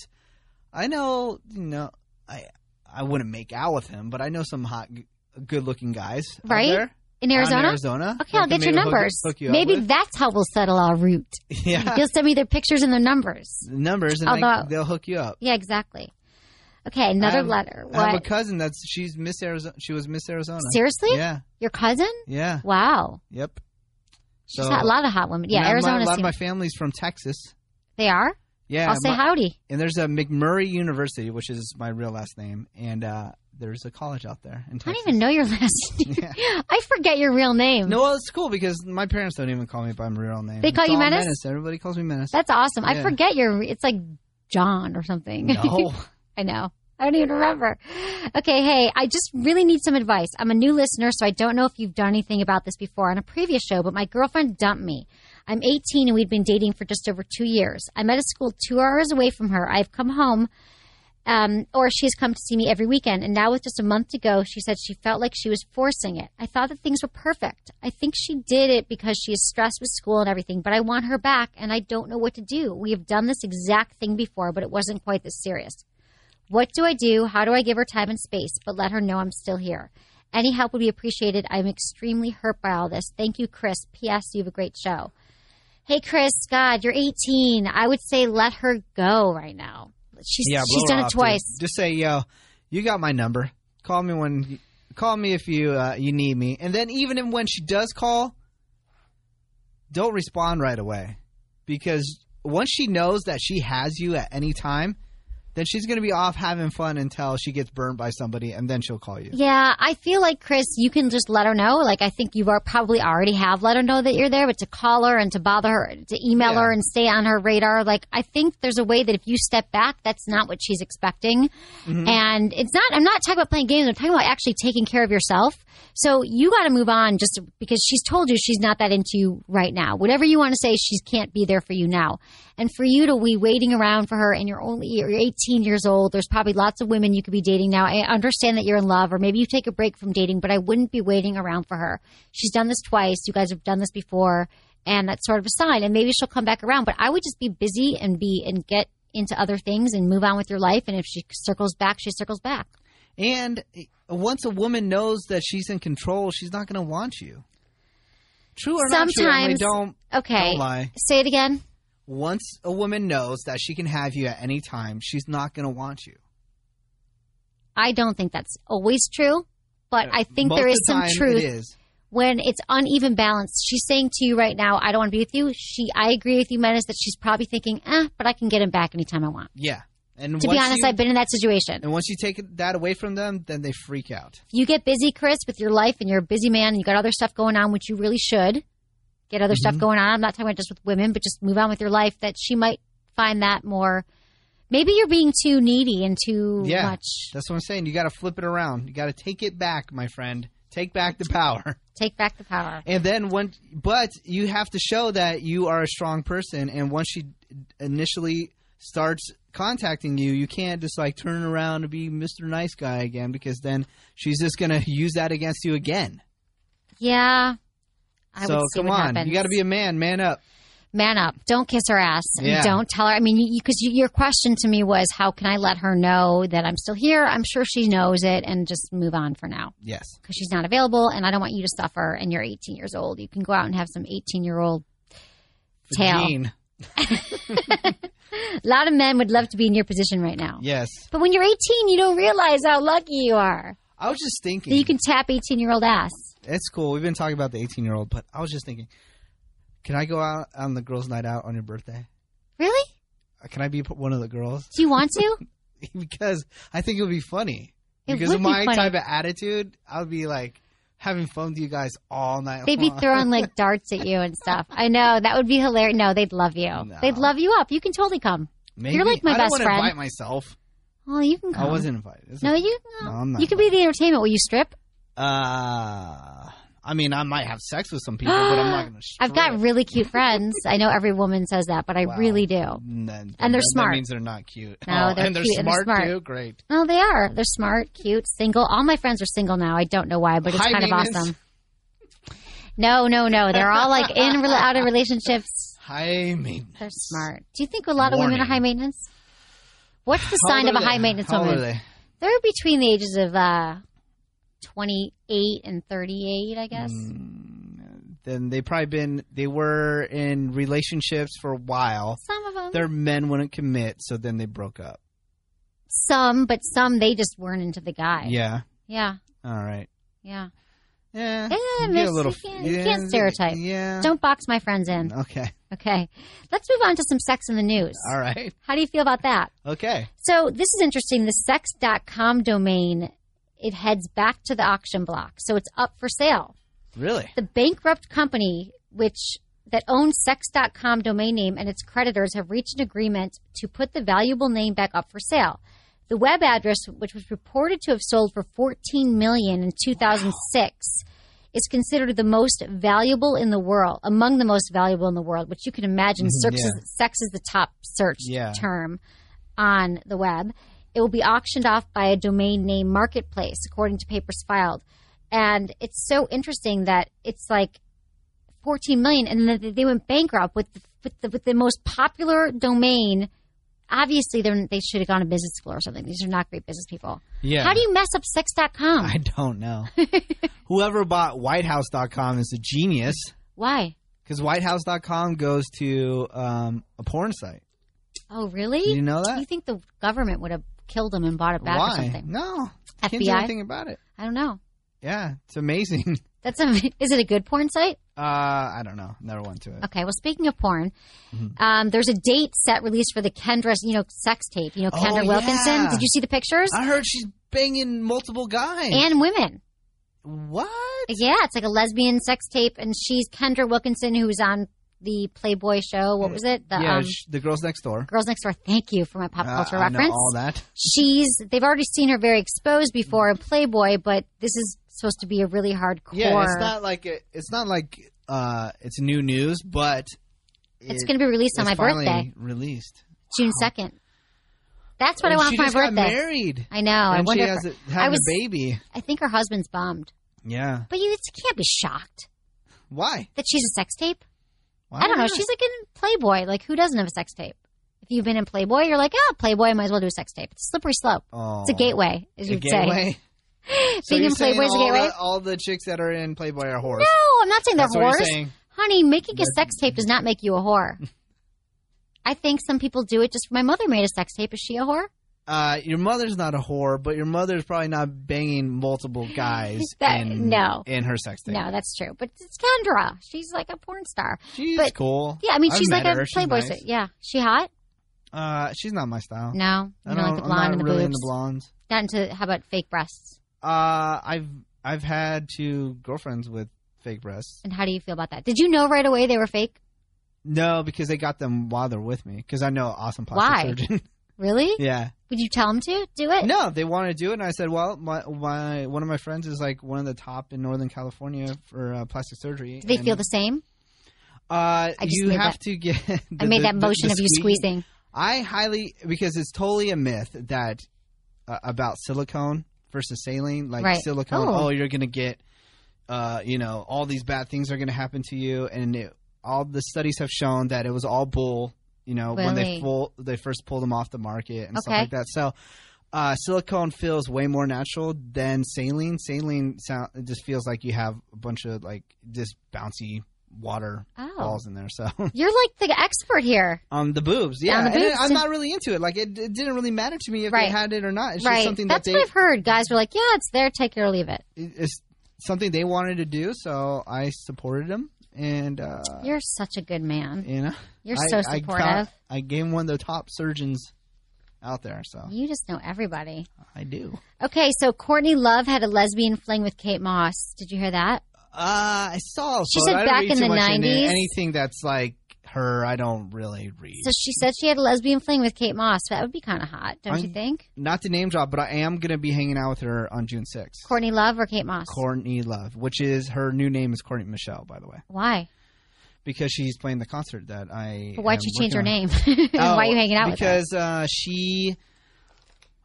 S2: I know you know I I wouldn't make out with him, but I know some hot, good looking guys out
S1: Right?
S2: there
S1: In
S2: out
S1: Arizona?
S2: Arizona.
S1: Okay, I'll
S2: That
S1: get your
S2: can maybe hook-
S1: numbers.
S2: hook you up
S1: Maybe
S2: with.
S1: that's how we'll settle our route.
S2: yeah,
S1: You'll send me their pictures and their numbers.
S2: numbers, and I-
S1: Although-
S2: they'll hook you up.
S1: Yeah, exactly. Okay, another
S2: I have-
S1: letter.
S2: I have a
S1: What?
S2: cousin that's she's Miss Arizona. She was Miss Arizona.
S1: Seriously?
S2: Yeah.
S1: Your cousin?
S2: Yeah.
S1: Wow.
S2: Yep.
S1: She's had a lot of hot women. Yeah,
S2: And I- my-
S1: Arizona.
S2: A lot of
S1: seems-
S2: my family's from Texas.
S1: they are.
S2: Yeah.
S1: I'll say
S2: my-
S1: howdy.
S2: And there's a McMurray University, which is my real last name, and uh, there's a college out there in
S1: I
S2: Texas.
S1: don't even know your last name. I forget your real name.
S2: No, well, it's cool because my parents don't even call me by my real name.
S1: They call
S2: It's
S1: you
S2: all
S1: Menace?
S2: Everybody calls me Menace.
S1: That's awesome. I
S2: Yeah.
S1: forget your. It's like John or something.
S2: No.
S1: I know. I don't even remember. Okay, hey, I just really need some advice. I'm a new listener, so I don't know if you've done anything about this before on a previous show, but my girlfriend dumped me. I'm 18 and we'd been dating for just over two years. I'm at a school two hours away from her. I've come home, um, or she has come to see me every weekend. And now, with just a month to go, she said she felt like she was forcing it. I thought that things were perfect. I think she did it because she is stressed with school and everything, but I want her back and I don't know what to do. We have done this exact thing before, but it wasn't quite this serious. What do I do? How do I give her time and space, but let her know I'm still here? Any help would be appreciated. I'm extremely hurt by all this. Thank you, Chris. P.S. You have a great show. Hey, Chris, God, you're 18. I would say let her go right now. She's,
S2: yeah,
S1: she's
S2: blow her
S1: done
S2: off,
S1: it
S2: dude.
S1: twice.
S2: Just say, yo, you got my number. Call me when, call me if you uh, you need me. And then even when she does call, don't respond right away, because once she knows that she has you at any time, then she's gonna be off having fun until she gets burned by somebody, and then she'll call you.
S1: Yeah, I feel like Chris, you can just let her know. Like I think you are probably already have let her know that you're there, but to call her and to bother her, to email her and stay on her radar. Like I think there's a way that if you step back, that's not what she's expecting.
S6: Mhm.
S1: And it's not. I'm not talking about playing games. I'm talking about actually taking care of yourself. So you got to move on, just because she's told you she's not that into you right now. Whatever you want to say, she can't be there for you now. And for you to be waiting around for her, and you're only you're 18 years old. There's probably lots of women you could be dating now. I understand that you're in love, or maybe you take a break from dating, but I wouldn't be waiting around for her. She's done this twice. You guys have done this before, and that's sort of a sign. And maybe she'll come back around. But I would just be busy and be and get into other things and move on with your life. And if she circles back, she circles back.
S2: And eh, once a woman knows that she's in control, she's not gonna want you. True or not true, Emily,
S1: Sometimes
S2: don't-
S1: okay.
S2: don't lie.
S1: Say it again.
S2: Once a woman knows that she can have you at any time, she's not gonna want you.
S1: I don't think that's always true, but I think
S2: Uh, Most
S1: there
S2: of
S1: is
S2: the
S1: some
S2: time, it
S1: truth.
S2: is.
S1: When it's uneven balance, she's saying to you right now, "I don't want to be with you." She, I agree with you, Menace, that she's probably thinking, "Eh, but I can get him back anytime I want."
S2: Yeah.
S1: to
S2: And
S1: be
S2: once
S1: honest,
S2: you-
S1: I've been in that situation.
S2: And once you take that away from them, then they freak out.
S1: If you get busy, Chris, with your life, and you're a busy man, and you got other stuff going on, which you really should get other
S2: Mm-hmm.
S1: stuff going on. I'm not talking about just with women, but just move on with your life. That she might find that more. Maybe you're being too needy and too
S2: yeah,
S1: much.
S2: that's what I'm saying. You got to flip it around. You got to take it back, my friend. Take back the power.
S1: Take back the power.
S2: And then when, but you have to show that you are a strong person. And once she initially starts contacting you, you can't just like turn around and be Mr. Nice Guy again because then she's just gonna use that against you again.
S1: Yeah. I
S2: so
S1: would see
S2: come
S1: what
S2: on,
S1: happens.
S2: you got to be a man. Man up.
S1: man up. Don't kiss her ass. And
S2: Yeah.
S1: Don't tell her. I mean, because you, your question to me was, how can I let her know that I'm still here? I'm sure she knows it, and just move on for now
S2: Yes.
S1: because she's not available, and I don't want you to suffer. And you're 18 years old. You can go out and have some 18 year old tail.
S2: Gene.
S1: A lot of men would love to be in your position right now.
S2: Yes.
S1: But when you're 18, you don't realize how lucky you are.
S2: I was just thinking.
S1: That you can tap 18 year old ass.
S2: It's cool. We've been talking about the 18 year old, but I was just thinking, can I go out on the girls' night out on your birthday? Uh,
S1: Really?
S2: Can I be p- one of the girls?
S1: Do you want to?
S2: because I think it would be funny.
S1: It
S2: because
S1: would
S2: of
S1: be
S2: my
S1: funny.
S2: type of attitude, I would be like having fun with you guys all night.
S1: They'd be
S2: long.
S1: throwing like darts at you and stuff. I know that would be hilarious. No, they'd love you. They'd love you up. You can totally come.
S2: Maybe.
S1: You're like my
S2: I don't
S1: best
S2: wanna
S1: friend.
S2: invite myself.
S1: Oh, you can come.
S2: I wasn't invited. It's
S1: No,
S2: okay.
S1: you.
S2: No, I'm not.
S1: You can be the entertainment. Will you strip?
S2: Uh, I mean, I might have sex with some people, but I'm not going to.
S1: I've got really cute friends. I know every woman says that, but I really do. And they're smart.
S2: That means they're not cute.
S1: No,
S2: Oh,
S1: they're
S2: and they're
S1: cute and they're
S2: smart
S1: smart.
S2: too. Great.
S1: No, they are. They're smart, cute, single. All my friends are single now. I don't know why, but it's
S2: High
S1: kind of
S2: maintenance.
S1: awesome. No, no, no. They're all like in rela- out of relationships.
S2: High maintenance.
S1: They're smart. Do you think a lot of women are
S2: Warning.
S1: high maintenance? What's the
S2: How
S1: sign
S2: old
S1: of a
S2: are
S1: high
S2: they?
S1: maintenance
S2: How old
S1: woman?
S2: are they?
S1: They're between the ages of uh, 28 and 38, I guess.
S2: Mm. then they probably been they were in relationships for a while.
S1: Some of them.
S2: Their men wouldn't commit, so then they broke up.
S1: Some, but some they just weren't into the guy.
S2: Yeah.
S1: Yeah.
S2: All right.
S1: Yeah.
S2: Yeah.
S1: Yeah,
S2: get
S1: miss,
S2: a little-
S1: you, can't, you
S2: yeah,
S1: can't stereotype.
S2: yeah.
S1: Don't box my friends in.
S2: Okay.
S1: Okay. Let's move on to some sex in the news.
S2: All right.
S1: How do you feel about that?
S2: Okay.
S1: So this is interesting. The sex.com domain, it heads back to the auction block. So it's up for sale.
S2: Really?
S1: The bankrupt company, which that owns sex.com domain name and its creditors have reached an agreement to put the valuable name back up for sale. The web address, which was reported to have sold for 14 million in 2006, is considered the most valuable in the world, among the most valuable in the world, which you can imagine.
S6: Mhm,
S1: sex,
S6: yeah.
S1: is, sex is the top search
S6: Yeah.
S1: term on the web. It will be auctioned off by a domain name marketplace, according to papers filed. And it's so interesting that it's like 14 million, and then they- they went bankrupt with the, with the, with the most popular domain. Obviously, they're, they should have gone to business school or something. These are not great business people.
S2: Yeah.
S1: How do you mess up sex.com?
S2: I don't know. Whoever bought WhiteHouse.com is a genius
S1: Why?
S2: because WhiteHouse.com goes to um, a porn site.
S1: Oh, really?
S2: Did you know that?
S1: You think the government would have killed them and bought it back
S2: Why?
S1: or something?
S2: No.
S1: FBI?
S2: Can't do anything about it.
S1: I don't know.
S2: Yeah, it's amazing.
S1: That's a, Is it a good porn site?
S2: Uh, I don't know. Never went to it.
S1: Okay. Well, speaking of porn,
S2: Mhm.
S1: um, there's a date set released for the Kendra, you know, sex tape. You know,
S2: Oh,
S1: Kendra Wilkinson.
S2: yeah.
S1: Did you see the pictures?
S2: I heard she's banging multiple guys
S1: and women.
S2: What?
S1: Yeah, it's like a lesbian sex tape, and she's Kendra Wilkinson, who was on the Playboy show. What was it? The
S2: yeah,
S1: um,
S2: sh- the girls next door.
S1: Girls Next Door. Thank you for my pop
S2: Uh,
S1: culture
S2: I know
S1: reference.
S2: all that.
S1: She's. They've already seen her very exposed before in Playboy, but this is supposed to be a really hardcore.
S2: Yeah, it's not like it, it's not like uh, it's new news, but
S1: It's gonna be released on my
S2: it's finally
S1: birthday.
S2: Released.
S1: June second. That's what
S2: And
S1: I want
S2: she
S1: for my
S2: just got
S1: birthday.
S2: married.
S1: I know. I
S2: and
S1: wonder.
S2: she
S1: if
S2: has
S1: her-
S2: a, having
S1: I was.
S2: a baby.
S1: I think her husband's bummed,
S2: Yeah.
S1: but you, you can't be shocked
S2: Why?
S1: that she's a sex tape.
S2: Why
S1: I don't know.
S2: not?
S1: She's like in Playboy. Like who doesn't have a sex tape? If you've been in Playboy, you're like, oh, Playboy, I might as well do a sex tape. It's a slippery slope.
S2: Oh.
S1: It's a gateway, as
S2: A
S1: you'd
S2: gateway?
S1: say.
S2: So
S1: Being
S2: you're
S1: in Playboy is a
S2: saying all
S1: gateway.
S2: The, all the chicks that are in Playboy are whores.
S1: No, I'm not saying they're
S2: That's what you're
S1: whores.
S2: saying.
S1: Honey, making a sex tape does not make you a whore. I think some people do it just. My mother made a sex tape. Is she a whore?
S2: Uh, your mother's not a whore, but your mother's probably not banging multiple guys
S1: That-
S2: in,
S1: no.
S2: in her sex tape.
S1: No, that's true. But it's Kendra. She's like a porn star.
S2: She's
S1: but,
S2: cool.
S1: Yeah, I mean,
S2: I've
S1: she's
S2: met
S1: like
S2: her.
S1: a
S2: She's
S1: Playboy.
S2: nice.
S1: star. Yeah, she hot.
S2: Uh, she's not my style.
S1: No,
S2: I
S1: you
S2: don't,
S1: don't like the
S2: I'm
S1: blonde
S2: not
S1: and the
S2: really
S1: boobs.
S2: into blondes.
S1: Not into how about fake breasts?
S2: Uh, I've I've had two girlfriends with fake breasts.
S1: And how do you feel about that? Did you know right away they were fake?
S2: No, because they got them while they're with me. Because I know an awesome plastic
S1: Why?
S2: surgeon.
S1: Really?
S2: yeah.
S1: Would you tell them to do it?
S2: No, they want to do it, and I said, "Well, my, my one of my friends is like one of the top in Northern California for uh, plastic surgery."
S1: Do they
S2: and,
S1: feel the same?
S2: Uh,
S1: I just
S2: you
S1: made
S2: have
S1: that-
S2: to get.
S1: I made that motion
S2: the
S1: of you
S2: squeeze-
S1: squeezing.
S2: I highly because it's totally a myth that uh, about silicone versus saline. Like
S1: Right.
S2: silicone,
S1: Oh.
S2: oh, you're gonna get, uh, you know, all these bad things are gonna happen to you, and it, all the studies have shown that it was all bull. You know, when they
S1: Really?
S2: full they first pulled them off the market and stuff
S1: Okay.
S2: like that. So. Uh, silicone feels way more natural than saline. Saline sound it just feels like you have a bunch of like just bouncy water
S1: Oh.
S2: balls in there. So
S1: You're like the expert here.
S2: on the boobs. Yeah,
S1: Yeah, on the
S2: And
S1: boobs,
S2: I'm
S1: yeah.
S2: not really into it. Like it, it didn't really matter to me if
S1: Right.
S2: they had it or not. It's
S1: right.
S2: just something
S1: That's
S2: that
S1: what
S2: they
S1: I've heard. Guys were like, yeah, it's there. Take it or leave it.
S2: it's something they wanted to do. So I supported them, and uh,
S1: You're such a good man.
S2: you know,
S1: You're
S2: I-
S1: so
S2: I
S1: supportive.
S2: found- I, gave him one of the top surgeons out there. So
S1: You just know everybody.
S2: I do.
S1: Okay, so Courtney Love had a lesbian fling with Kate Moss. Did you hear that?
S2: Uh, I saw. a
S1: She
S2: photo.
S1: said
S2: I don't
S1: back
S2: read
S1: in
S2: too
S1: the
S2: much into
S1: 90s.
S2: anything that's like her, I don't really read.
S1: So she said she had a lesbian fling with Kate Moss. That would be kind of hot, don't you
S2: I'm-
S1: think?
S2: Not to name drop, but I am gonna be hanging out with her on June 6th.
S1: Courtney Love or Kate Moss?
S2: Courtney Love, which is her new name is Courtney Michelle, by the way.
S1: Why?
S2: because she's playing the concert that I.
S1: But why'd
S2: am
S1: you change her
S2: working on. Oh,
S1: name? And Why are you hanging out with her?
S2: because, uh, she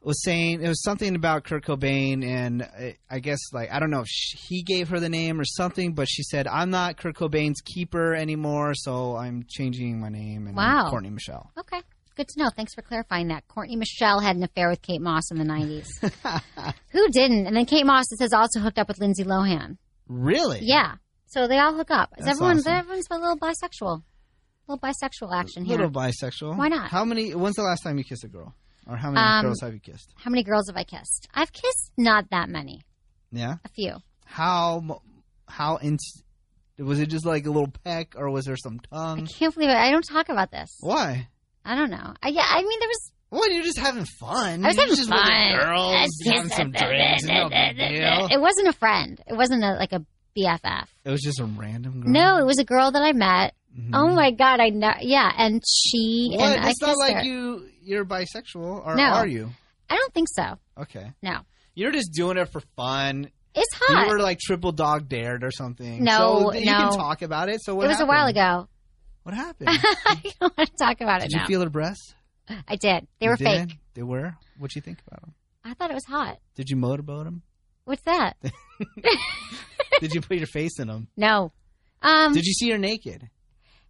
S2: was saying it was something about Kurt Cobain, and I, I guess like I don't know if sh he gave her the name or something, but she said I'm not Kurt Cobain's keeper anymore, so I'm changing my name and I'm
S1: Wow.
S2: Courtney Michelle.
S1: Okay. Good to know. Thanks for clarifying that. Courtney Michelle had an affair with Kate Moss in the 90s. Who didn't? And then Kate Moss, it says, also hooked up with Lindsay Lohan.
S2: Really?
S1: Yeah. So they all hook up. Is
S2: That's
S1: everyone,
S2: awesome.
S1: Everyone's a little bisexual. A little bisexual action here.
S2: Little bisexual.
S1: Why not?
S2: How many? When's the last time you kissed a girl? Or how many
S1: Um,
S2: girls have you kissed?
S1: How many girls have I kissed? I've kissed not that many,
S2: Yeah.
S1: a few.
S2: How mo- how inst- was it? Just like a little peck, or was there some tongue?
S1: Can't believe it. I don't talk about this.
S2: Why?
S1: I don't know. I, yeah, I mean, there was.
S2: What? You're just having fun.
S1: I was
S2: You're
S1: having
S2: just Mm, with the
S1: fun.
S2: girls,
S1: I was
S2: having
S1: just-
S2: some drinks, no big deal.
S1: It wasn't a friend. It wasn't a, like a BFF.
S2: It was just a random girl.
S1: No, it was a girl that I met. Oh my god, I know. Yeah, and she
S2: Mm-hmm. What?
S1: and I
S2: it's not
S1: kissed
S2: like
S1: her.
S2: you you're bisexual, or
S1: No.
S2: are you?
S1: I don't think so.
S2: Okay.
S1: No,
S2: You're just doing it for fun.
S1: it's hot.
S2: You were like triple dog dared or something.
S1: No,
S2: so th- you can
S1: no.
S2: talk about it. So
S1: it
S2: what
S1: was a while
S2: happened?
S1: ago.
S2: What happened?
S1: I don't want to talk about
S2: Did
S1: it
S2: you
S1: now.
S2: feel her breasts?
S1: I did. They
S2: You
S1: were
S2: did?
S1: fake.
S2: They were. What'd you think about them?
S1: I thought it was hot.
S2: Did you motorboat them?
S1: What's that?
S2: Did you put your face in them?
S1: No. Um,
S2: Did you see her naked?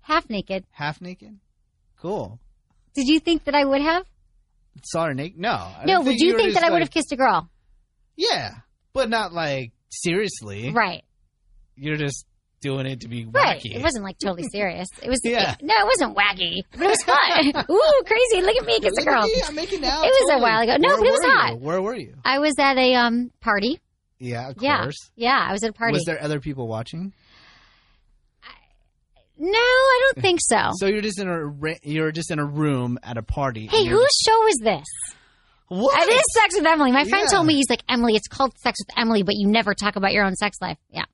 S1: half naked?
S2: Half naked? Cool.
S1: Did you think that I would have?
S2: Saw her naked? No. I
S1: no.
S2: didn't
S1: Would you
S2: were
S1: think
S2: just
S1: that I would have
S2: like-
S1: kissed a girl?
S2: Yeah, but not like seriously.
S1: Right.
S2: You're just doing it to be
S1: Right.
S2: wacky.
S1: It wasn't like totally serious. It was.
S2: Yeah.
S1: no, it wasn't wacky, but it was fun. Ooh, crazy! Look at me kiss a
S2: Look at
S1: girl.
S2: me, I'm making out.
S1: It was a
S2: totally.
S1: while ago. No,
S2: Where
S1: but it was
S2: were you?
S1: hot.
S2: Where were you?
S1: I was at a um party.
S2: Yeah, of
S1: yeah.
S2: course.
S1: Yeah, I was at a party.
S2: Was there other people watching?
S1: No, I don't think so.
S2: So you're just in a ra- you're just in a room at a party.
S1: hey,
S2: and you're-
S1: whose show is this?
S2: What?
S1: It is Sex with Emily. My friend
S2: Yeah.
S1: told me he's like Emily. It's called Sex with Emily, but you never talk about your own sex life. Yeah.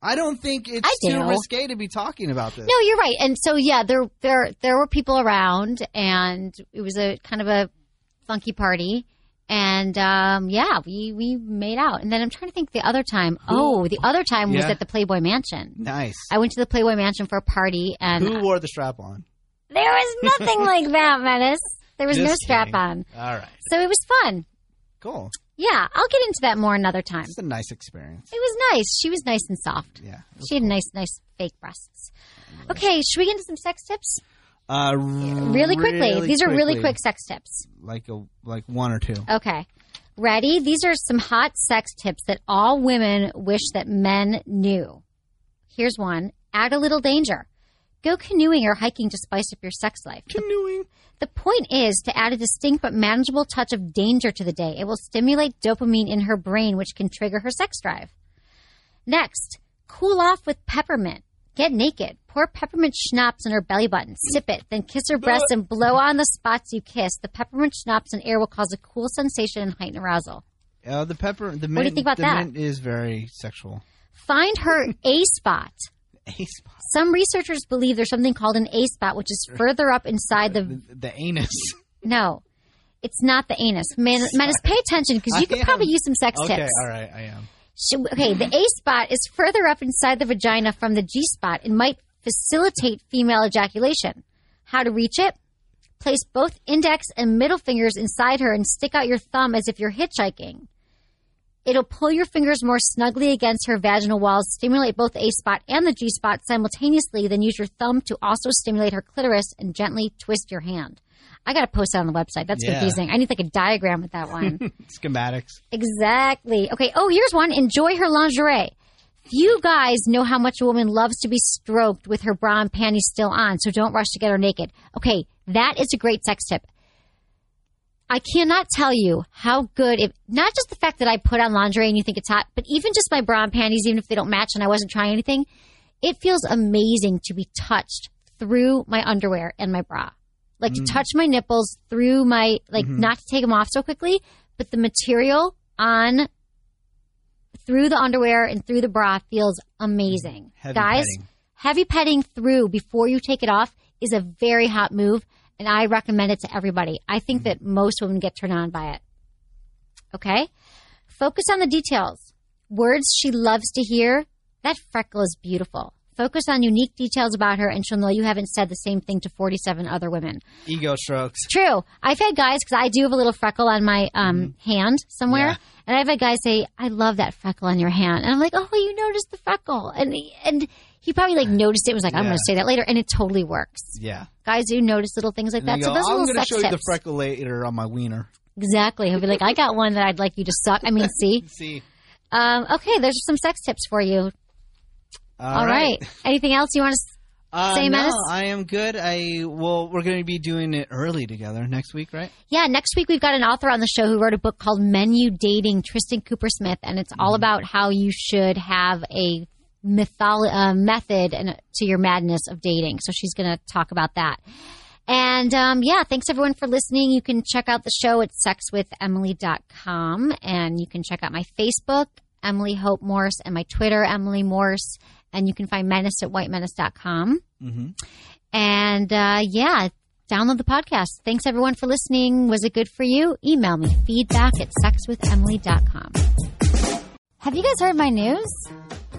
S2: I don't think it's
S1: I
S2: too
S1: do.
S2: risque to be talking about this.
S1: No, you're right. And so yeah, there there there were people around, and it was a kind of a funky party. And um, yeah, we we made out. And then I'm trying to think the other time. Oh, the other time was
S2: Yeah.
S1: at the Playboy Mansion.
S2: Nice.
S1: I went to the Playboy Mansion for a party, and
S2: Who wore the strap on?
S1: there was nothing like that, Menace. There was no
S2: Just
S1: strap
S2: kidding.
S1: on.
S2: All right.
S1: So it was fun.
S2: Cool.
S1: Yeah, I'll get into that more another time.
S2: It's a nice experience.
S1: It was nice. She was nice and soft.
S2: Yeah.
S1: She had nice, nice fake breasts. Okay, should we get into some sex tips?
S2: Uh,
S1: Really quickly. These are really
S2: quickly.
S1: quick sex tips.
S2: Like a like one or two.
S1: Okay. Ready? These are some hot sex tips that all women wish that men knew. Here's one. Add a little danger. Go canoeing or hiking to spice up your sex life.
S2: Canoeing.
S1: The point is to add a distinct but manageable touch of danger to the day. It will stimulate dopamine in her brain, which can trigger her sex drive. Next, cool off with peppermint. Get naked. Pour peppermint schnapps on her belly button. Sip it. Then kiss her breasts and blow on the spots you kissed. The peppermint schnapps and air will cause a cool sensation and heighten arousal.
S2: Uh, the pepper. The mint,
S1: you think about
S2: the
S1: that?
S2: mint is very sexual.
S1: Find her A spot.
S2: Ace,
S1: Some researchers believe there's something called an A spot, which is further up inside the.
S2: the, the anus.
S1: No, it's not the anus. Man, Menace, pay attention because you
S2: I
S1: could
S2: am-
S1: probably use some sex
S2: okay.
S1: tips.
S2: All right. I am.
S1: Sh- okay, the A spot is further up inside the vagina from the G spot and might facilitate female ejaculation. How to reach it? Place both index and middle fingers inside her and stick out your thumb as if you're hitchhiking. It'll pull your fingers more snugly against her vaginal walls, stimulate both the A spot and the G spot simultaneously, then use your thumb to also stimulate her clitoris and gently twist your hand. I got to post that on the website. That's
S2: Yeah.
S1: confusing. I need like a diagram with that one.
S2: Schematics.
S1: Exactly. Okay. Oh, here's one. Enjoy her lingerie. Few guys know how much a woman loves to be stroked with her bra and panties still on, so don't rush to get her naked. Okay, that is a great sex tip. I cannot tell you how good if not just the fact that I put on lingerie and you think it's hot, but even just my bra and panties, even if they don't match and I wasn't trying anything, it feels amazing to be touched through my underwear and my bra. Like
S2: Mm.
S1: to touch my nipples through my like
S2: Mm-hmm.
S1: not to take them off so quickly, but the material on through the underwear and through the bra feels amazing.
S2: Heavy
S1: Guys,
S2: petting.
S1: heavy petting through before you take it off is a very hot move, and I recommend it to everybody. I
S2: Mm.
S1: think that most women get turned on by it. Okay? Focus on the details. Words she loves to hear. That freckle is beautiful. Focus on unique details about her, and she'll know you haven't said the same thing to 47 other women.
S2: Ego strokes.
S1: True. I've had guys because I do have a little freckle on my um, hand somewhere,
S2: Mm-hmm. Yeah.
S1: and I've had guys say, "I love that freckle on your hand," and I'm like, "Oh, well, you noticed the freckle," and and he probably like noticed it. and Was like, "I'm going
S2: Yeah.
S1: to say that later," and it totally works.
S2: Yeah.
S1: Guys do notice little things like
S2: And
S1: that.
S2: they
S1: So
S2: go,
S1: those are
S2: I'm
S1: little
S2: gonna
S1: sex
S2: show
S1: tips.
S2: you the freckle later on my wiener.
S1: Exactly. He'll be like, "I got one that I'd like you to suck." I mean, see.
S2: See.
S1: Um, okay, there's some sex tips for you.
S2: All right.
S1: Anything else you want to
S2: Uh,
S7: Same
S2: no,
S7: as
S2: I am good. I well, we're going to be doing it early together next week, right?
S7: Yeah, next week we've got an author on the show who wrote a book called Menu Dating, Tristan Cooper Smith, and it's
S2: Mm-hmm.
S7: all about how you should have a mytholo- uh, method and to your madness of dating. So she's going to talk about that. And um, yeah, thanks everyone for listening. You can check out the show at sexwithemily.com and you can check out my Facebook, Emily Hope Morse, and my Twitter, Emily Morse. And you can find Menace at whitemenace.com.
S2: Mm-hmm.
S7: And uh, yeah, download the podcast. Thanks everyone for listening. Was it good for you? Email me feedback at sexwithemily.com.
S1: Have you guys heard my news?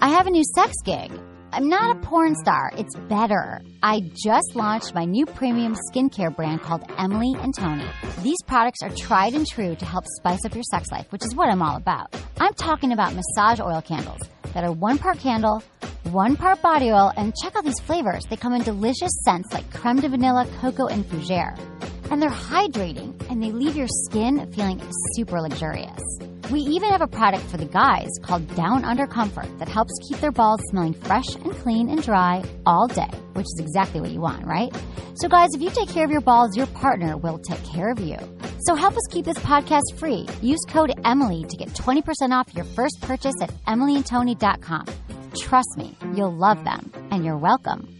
S1: I have a new sex gig. I'm not a porn star, it's better. I just launched my new premium skincare brand called Emily and Tony. These products are tried and true to help spice up your sex life, which is what I'm all about. I'm talking about massage oil candles that are one part candle, one part body oil, and check out these flavors. They come in delicious scents like creme de vanilla, cocoa, and fougere. And they're hydrating and they leave your skin feeling super luxurious. We even have a product for the guys called Down Under Comfort that helps keep their balls smelling fresh and clean and dry all day, which is exactly what you want, right? So, guys, if you take care of your balls, your partner will take care of you. So, help us keep this podcast free. Use code EMILY to get 20% off your first purchase at emilyandtony.com. Trust me, you'll love them, and you're welcome.